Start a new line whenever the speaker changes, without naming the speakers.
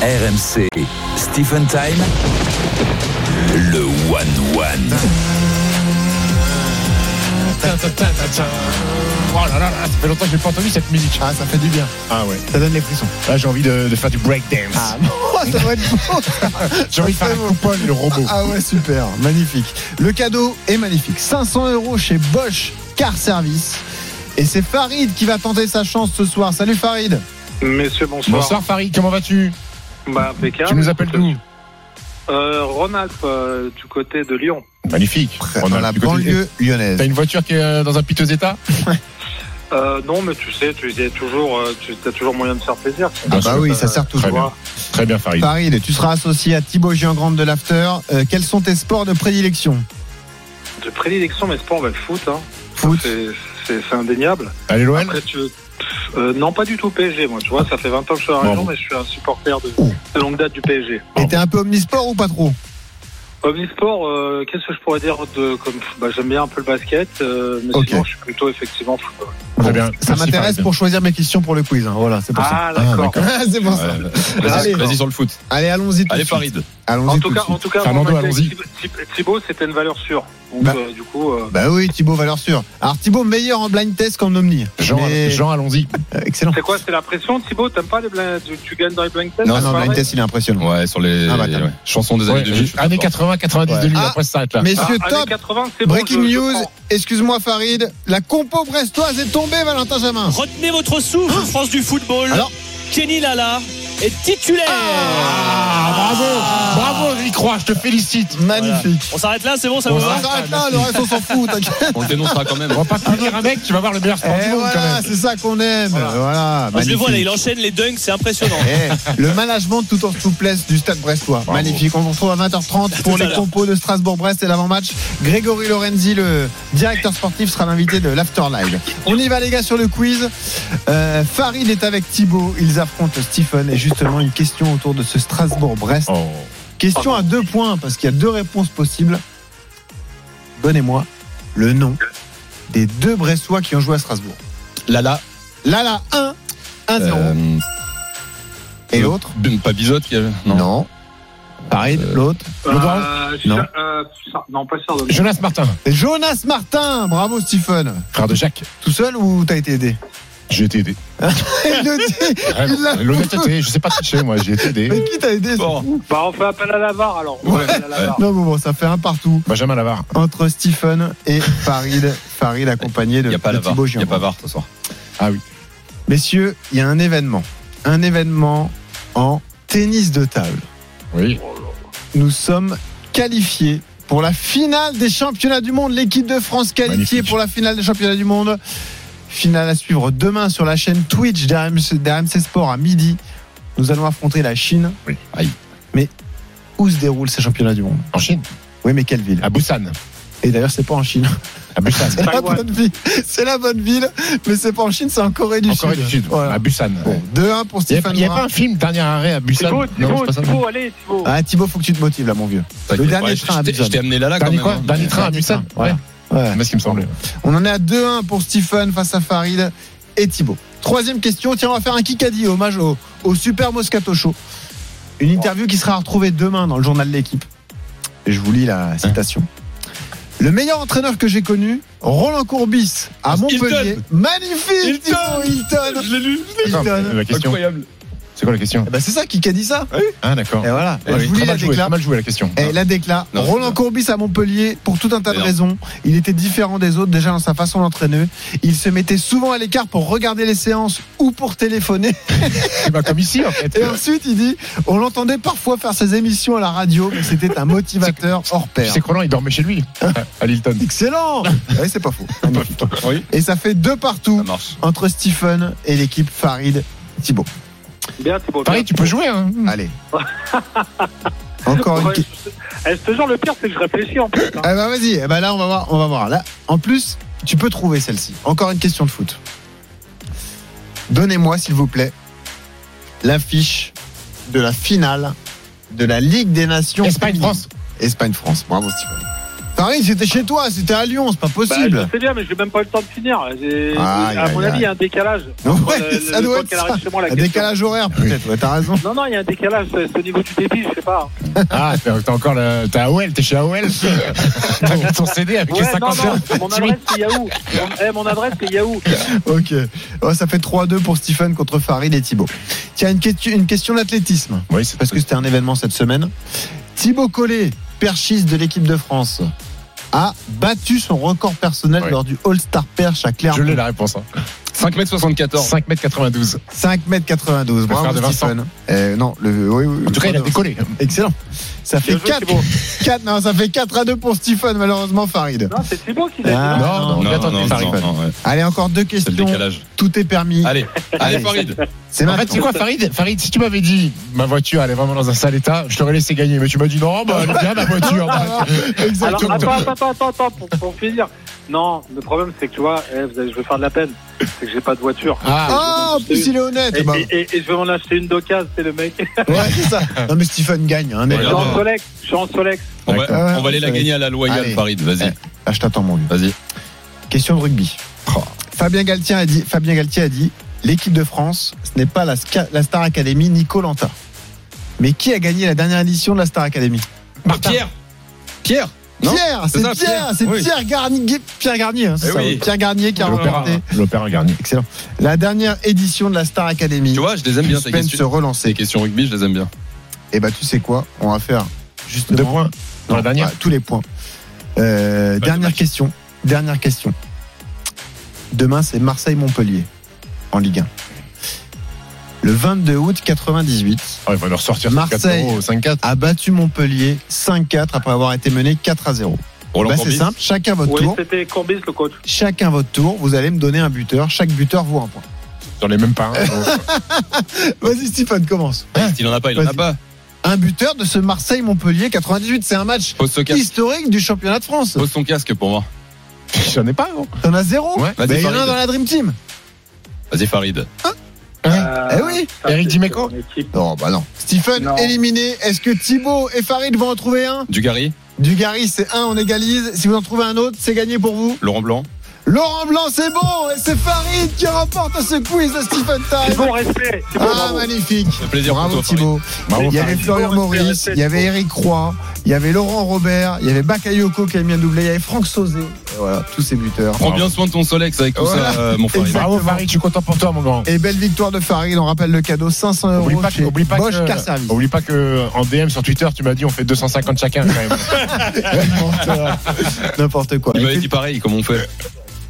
RMC, Stephen Time, le One One.
Oh là là là, ça fait longtemps que j'ai pas entendu cette musique.
Ah, ça fait du bien.
Ah ouais.
Ça donne les frissons.
Là, j'ai envie de, de faire du breakdance.
Ah, bon, ça va être beau.
j'ai envie de faire
c'est
un
bon.
coupole, le robot.
Ah ouais, super. Magnifique. Le cadeau est magnifique. 500 euros chez Bosch Car Service. Et c'est Farid qui va tenter sa chance ce soir. Salut Farid.
Messieurs, bonsoir.
Bonsoir Farid, comment vas-tu
Bah, impeccable.
Tu nous appelles d'où
euh, Rhône-Alpes, euh, du côté de Lyon.
Magnifique. On
Dans
a
la
du côté-
banlieue lyonnaise.
T'as une voiture qui est euh, dans un piteux état
Euh, non, mais tu sais, tu as toujours, euh, tu as toujours moyen de faire plaisir. Euh,
Ah
Bien
bah
sûr.
oui, Bah, ça sert
Très
toujours.
bien. Très bien Farid.
Farid, tu seras associé à Thibaut Giangrande de l'After. Euh, quels sont tes sports de prédilection
De prédilection, mais sport, on va le foot. Hein.
Foot.
C'est- C'est c'est indéniable.
Allez l'OL
Après, tu- euh, non, pas du tout PSG, moi. Tu vois, ça fait 20 ans que je suis à la
Bon,
région,
bon.
mais je suis un supporter de,
Ouh.
de longue date du PSG.
Et t'es un peu omnisport ou pas trop
Omnisport, euh, qu'est-ce que je pourrais dire de comme bah, j'aime bien un peu le basket, euh, mais
Ok.
sinon je suis plutôt effectivement football.
Très
Bon,
bien.
Ça
Merci,
m'intéresse
Farid.
pour choisir mes questions pour le quiz. hein. Voilà, c'est pour ça.
Ah d'accord.
c'est pour ça.
Euh,
Allez.
Vas-y, vas-y sur le foot.
Allez, allons-y. tout de
Allez
suite.
Farid.
Allons-y.
En
tout
tout
de
cas,
suite.
en tout cas,
Fernando,
moi,
allons-y.
Thib- Thib- Thibaut, c'était une valeur sûre. Donc,
Bah.
euh, du coup, euh,
Bah oui, Thibaut, valeur sûre. Alors Thibaut, meilleur en blind test qu'en omni.
Jean,
Mais-
Jean, allons-y.
Euh, Excellent.
c'est quoi C'est la pression, Thibaut T'aimes pas les blindes tu, tu gagnes dans les blind tests
Non,
c'est
non,
pas
blind
vrai
test, il est impressionnant.
Ouais, sur les
Ah, bah, t'as-
ouais, chansons des années
Ouais,
2000. je suis pas
années
fort.
80, 90,
Ouais.
2000,
Ah.
après ça s'arrête là.
Ah,
Messieurs,
années
top
80, c'est bon,
Breaking
je- je
news,
prends.
excuse-moi Farid, la compo brestoise est tombée, Valentin Jamin.
Retenez votre souffle, France du football.
Alors
Kenny Lala est titulaire.
Ah, bravo Bravo, j'y crois, je te félicite.
Magnifique.
On s'arrête là, c'est bon, ça
On
vous
On
va
s'arrête là, le reste on s'en fout, t'inquiète.
On le dénoncera quand même.
On va pas punir un mec, tu vas voir le meilleur sport du
Et
monde quand
Ah Eh, voilà,
même.
c'est ça qu'on aime. Voilà,
Ah, Je le
magnifique.
vois là, il enchaîne les dunks, c'est impressionnant.
Eh, le management tout en souplesse du stade brestois. Magnifique. On se retrouve à 20h30 pour
Tout à
les
l'heure.
compos de Strasbourg-Brest et l'avant-match. Grégory Lorenzi, le directeur sportif, sera l'invité de l'Afterlive. On y va, les gars, sur le quiz. Euh, Farid est avec Thibaut. Ils affrontent Stephen. Et justement, une question autour de ce Strasbourg-Brest.
Oh.
Question à deux points, parce qu'il y a deux réponses possibles. Donnez-moi le nom des deux Brestois qui ont joué à Strasbourg.
Lala.
Lala 1, 1-0.
euh,
et l'autre
B- Pas Bizotte qui avait- Non.
Farid,
Euh,
l'autre.
Euh,
Non.
Char- euh, Char- non, pas Chardon.
Jonas Martin,
C'est Jonas Martin, bravo Stephen.
frère de Jacques,
Tout seul ou t'as été aidé
j'ai été aidé.
Il le dit.
Vraiment,
Il l'a-
L'honnêteté, je sais pas tricher, moi, j'ai été aidé.
Mais qui t'a aidé c'est
Bon.
fou.
Bah, on fait appel à la VAR alors. On fait appel à la VAR.
Non, bon, bon, ça fait un partout
Benjamin Lavar.
entre Stephen et Farid. Farid accompagné
Il
de,
n'y a pas
de
la VAR.
Thibaut
Il n'y a pas
Giangrande.
VAR ce soir.
Messieurs, il y a un événement. Un événement en tennis de table.
Oui.
Nous sommes qualifiés pour la finale des championnats du monde. L'équipe de France qualifiée
Magnifique.
pour la finale des championnats du monde. Finale à suivre demain sur la chaîne Twitch d'RMC d'RMC Sport à midi. Nous allons affronter la Chine.
Oui.
Aïe.
Mais où se déroulent ces championnats du monde
En Chine,
Oui, mais quelle ville
à Busan.
Et d'ailleurs, c'est pas en Chine.
À Busan.
C'est la
Taïwan.
bonne ville. C'est la bonne ville, mais c'est pas en Chine, c'est en Corée du
En
Sud.
Corée du Sud.
Voilà.
À Busan.
Bon, 2-1
Il
pour
n'y a,
Stéphane.
il y a
Morin.
pas un film, dernier arrêt à Busan
Thibaut,
Non,
Thibaut,
c'est pas ça.
Thibaut, allez, Thibaut.
Ah, Thibaut, faut que tu te motives là, mon vieux.
T'inquiète.
dernier
Ouais,
train à
je t'ai-
Busan.
Je t'ai amené Lala quand
Dernier
même.
quoi
hein.
Dernier train à
Dernier
Busan.
train, voilà.
Ouais.
Ouais.
C'est bien ce qui me semblait.
On en est à 2-1 pour Stephen face à Farid et Thibaut. Troisième question, tiens, on va faire un Kikadi, hommage au, au Super Moscato Show. Une interview qui sera retrouvée demain dans le journal de l'équipe. Et Je vous lis la
Hein
citation. Le meilleur entraîneur que j'ai connu, Roland Courbis, à Montpellier. Magnifique, Thibaut, Hilton.
Je l'ai lu.
Attends, euh,
Hilton.
Ah, La question.
Incroyable.
C'est quoi la question
Eh ben, c'est ça, Kikadi, ça
Ah, d'accord.
Et voilà,
Eh
je
oui,
vous
très
lis la Eh,
mal joué,
déclaration.
très mal joué la question.
Et la décla,
Non, c'est
Roland
bien.
Courbis à Montpellier, pour tout un tas de
Merde.
raisons, il était différent des autres déjà dans sa façon d'entraîner. Il se mettait souvent à l'écart pour regarder les séances ou pour téléphoner.
Eh ben, comme ici, en fait.
Et ensuite, il dit, on l'entendait parfois faire ses émissions à la radio, mais c'était un motivateur hors
Tu
pair.
sais que Roland, il dormait chez lui,
Ah.
à Lilton.
Excellent Oui, c'est pas faux.
Oui,
Et ça fait deux
ça
partout
marche.
entre Stephen et l'équipe Farid Thibault.
Bien, Thibaut.
Pareil, tu peux jouer, hein
Allez. Encore une
Ouais,
question.
je- eh, je te jure, le pire, c'est que je réfléchis en plus. hein.
Ah bah vas-y, eh bah là on va voir, on va voir. Là, en plus, tu peux trouver celle-ci. Encore une question de foot. Donnez-moi, s'il vous plaît, l'affiche de la finale de la Ligue des Nations.
Espagne-France.
Espagne France. Bravo Stephen. Farid, c'était chez toi, c'était à Lyon, c'est pas
Bah, je
possible.
sais bien, mais j'ai même pas eu le temps de finir. J'ai-
Aïe,
à mon
aïe,
avis, il y a un décalage. entre
Ouais,
le-
ça
le
doit
temps
être
qu'elle arrive
ça.
chez moi, la
Un
question.
décalage horaire, peut-être, ouais, t'as raison.
Non, non, il y a un décalage. C'est au niveau du débit, je sais pas.
Ah, t'as t'as encore le. T'as AOL, t'es chez AOL. T'as ton CD avec les
Ouais, non,
50 heures.
non, mon adresse, c'est Yahoo. Mon, eh, mon adresse, c'est Yahoo.
Ok. Ouais, ça fait 3-2 pour Stephen contre Farid et Thibaut. Tiens, une, question- une question d'athlétisme,
Oui, c'est
parce que c'était un événement cette semaine. Thibaut Collet, perchiste de l'équipe de France, a battu son record personnel
Ouais.
lors du All-Star Perche à
Je l'ai
Clermont.
la réponse. hein.
5m74.
5m92. frère
5m92. Bravo,
de Vincent.
Stephen. Euh, non, le, oui, oui,
En tout cas, il a
le-
décollé.
Excellent. Ça fait
Bien joué,
4, 4, non, ça fait 4 à 2 pour Stephen, malheureusement, Farid.
Non, c'est Thibaut qui l'a dit.
Ah,
non
Non, non,
Non, non,
attendez,
non,
Farid.
non, non, ouais.
Allez, encore deux
C'est le
questions.
décalage.
Tout est permis.
Allez, allez,
Allez.
Farid.
C'est
En fait,
maintenant.
c'est quoi, Farid Farid, si tu m'avais dit ma voiture, elle est vraiment dans un sale état, je t'aurais laissé gagner. Mais tu m'as dit non, bah, elle est bien ma voiture. bah.
Alors,
Exactement.
attends, attends, attends, attends, attends, pour, pour finir. Non, le problème, c'est que tu vois, eh, vous allez- je vais faire de la peine. C'est que j'ai pas de voiture.
Ah,
Ah, en plus, il est honnête.
Et,
Bah,
et- et- et je vais m'en acheter une d'occasion, c'est le mec.
Ouais, c'est ça. Non, mais Stephen gagne. Hein,
je
mec.
suis en Solex, je suis en Solex.
On va,
D'accord.
on va aller la gagner à la loyale,
Allez.
Farid. Vas-y,
Eh. Ah, je t'attends, mon vieux.
vas-y. Oh.
Question de rugby. Fabien Galtier a dit, Fabien Galtier a dit l'équipe de France, ce n'est pas la, Sca- la Star Academy Nico Lanta. Mais qui a gagné la dernière édition de la Star Academy
Martin.
Pierre. Pierre. Non
Pierre, c'est
C'est ça,
Pierre,
Pierre.
c'est
Oui.
Pierre Garnier, Pierre Garnier, hein, c'est
Eh
ça,
oui.
Pierre Garnier qui a
L'opéra, hein.
remporté
l'opéra Garnier.
excellent. La dernière édition de la Star Academy.
Tu vois, je les aime bien, tes
peine de se
questions.
relancer.
Tes questions rugby, je les aime bien.
Et bah tu sais quoi, on va faire justement
Deux points. Dans la
Non,
dernière.
bah, tous les points. Euh, dernière question. Dernière question. Demain, c'est Marseille-Montpellier en Ligue 1. Le 22 août 98
Ah, il va nous ressortir
Marseille.
4-0, 5-4.
a battu Montpellier 5-4 après avoir été mené 4 à 0.
Roland
Bah, c'est
Courbis.
simple, chacun votre
Oui,
tour.
c'était Courbis, le coach.
Chacun votre tour, vous allez me donner un buteur, chaque buteur vaut un point.
J'en ai même pas un. donc.
Vas-y Stéphane, commence.
Il en a pas, il en a
Vas-y.
pas.
Un buteur de ce Marseille-Montpellier 98, c'est un match
Pose ton casque.
historique du championnat de France.
Pose ton casque pour moi.
J'en ai pas, gros.
T'en as zéro
Ouais,
Bah,
vas-y,
Il y en a un
Farid.
dans la Dream Team.
Vas-y, Farid.
Euh,
eh oui.
ça,
Eric
c'est-
Dimeco.
c'est mon équipe.
Non, bah non. Stephen
Non.
éliminé. Est-ce que Thibaut et Farid vont en trouver un
Dugarry,
Dugarry, c'est un, on égalise. Si vous en trouvez un autre, c'est gagné pour vous.
Laurent Blanc.
Laurent Blanc, c'est bon Et c'est Farid qui remporte ce quiz de Stephen
C'est
Time.
bon, respect. C'est bon,
Ah,
bravo.
magnifique
Ça fait plaisir
Bravo
pour toi, Farid.
Thibaut.
Bravo,
Il y
Farid.
avait Florian
Thibaut, respect,
Maurice,
respect,
il y avait
Thibaut.
Eric Croix, il y avait Laurent Robert, il y avait Bakayoko qui a mis un doublé, il y avait Franck Sauzé. Et Voilà, tous ces buteurs.
Prends bien soin de ton Solex avec tout
Voilà.
ça, euh, mon Farid.
Exact.
Bravo,
Exactement.
Farid, je suis content pour toi, mon grand.
Et belle victoire de Farid, on rappelle le cadeau 500 euros
Oublie pas,
chez
que, oublie, pas
Bosch
que,
Car Service.
oublie pas que euh, en DM sur Twitter, tu m'as dit on fait 250 chacun quand même.
N'importe quoi.
Il m'avait dit pareil, comment on fait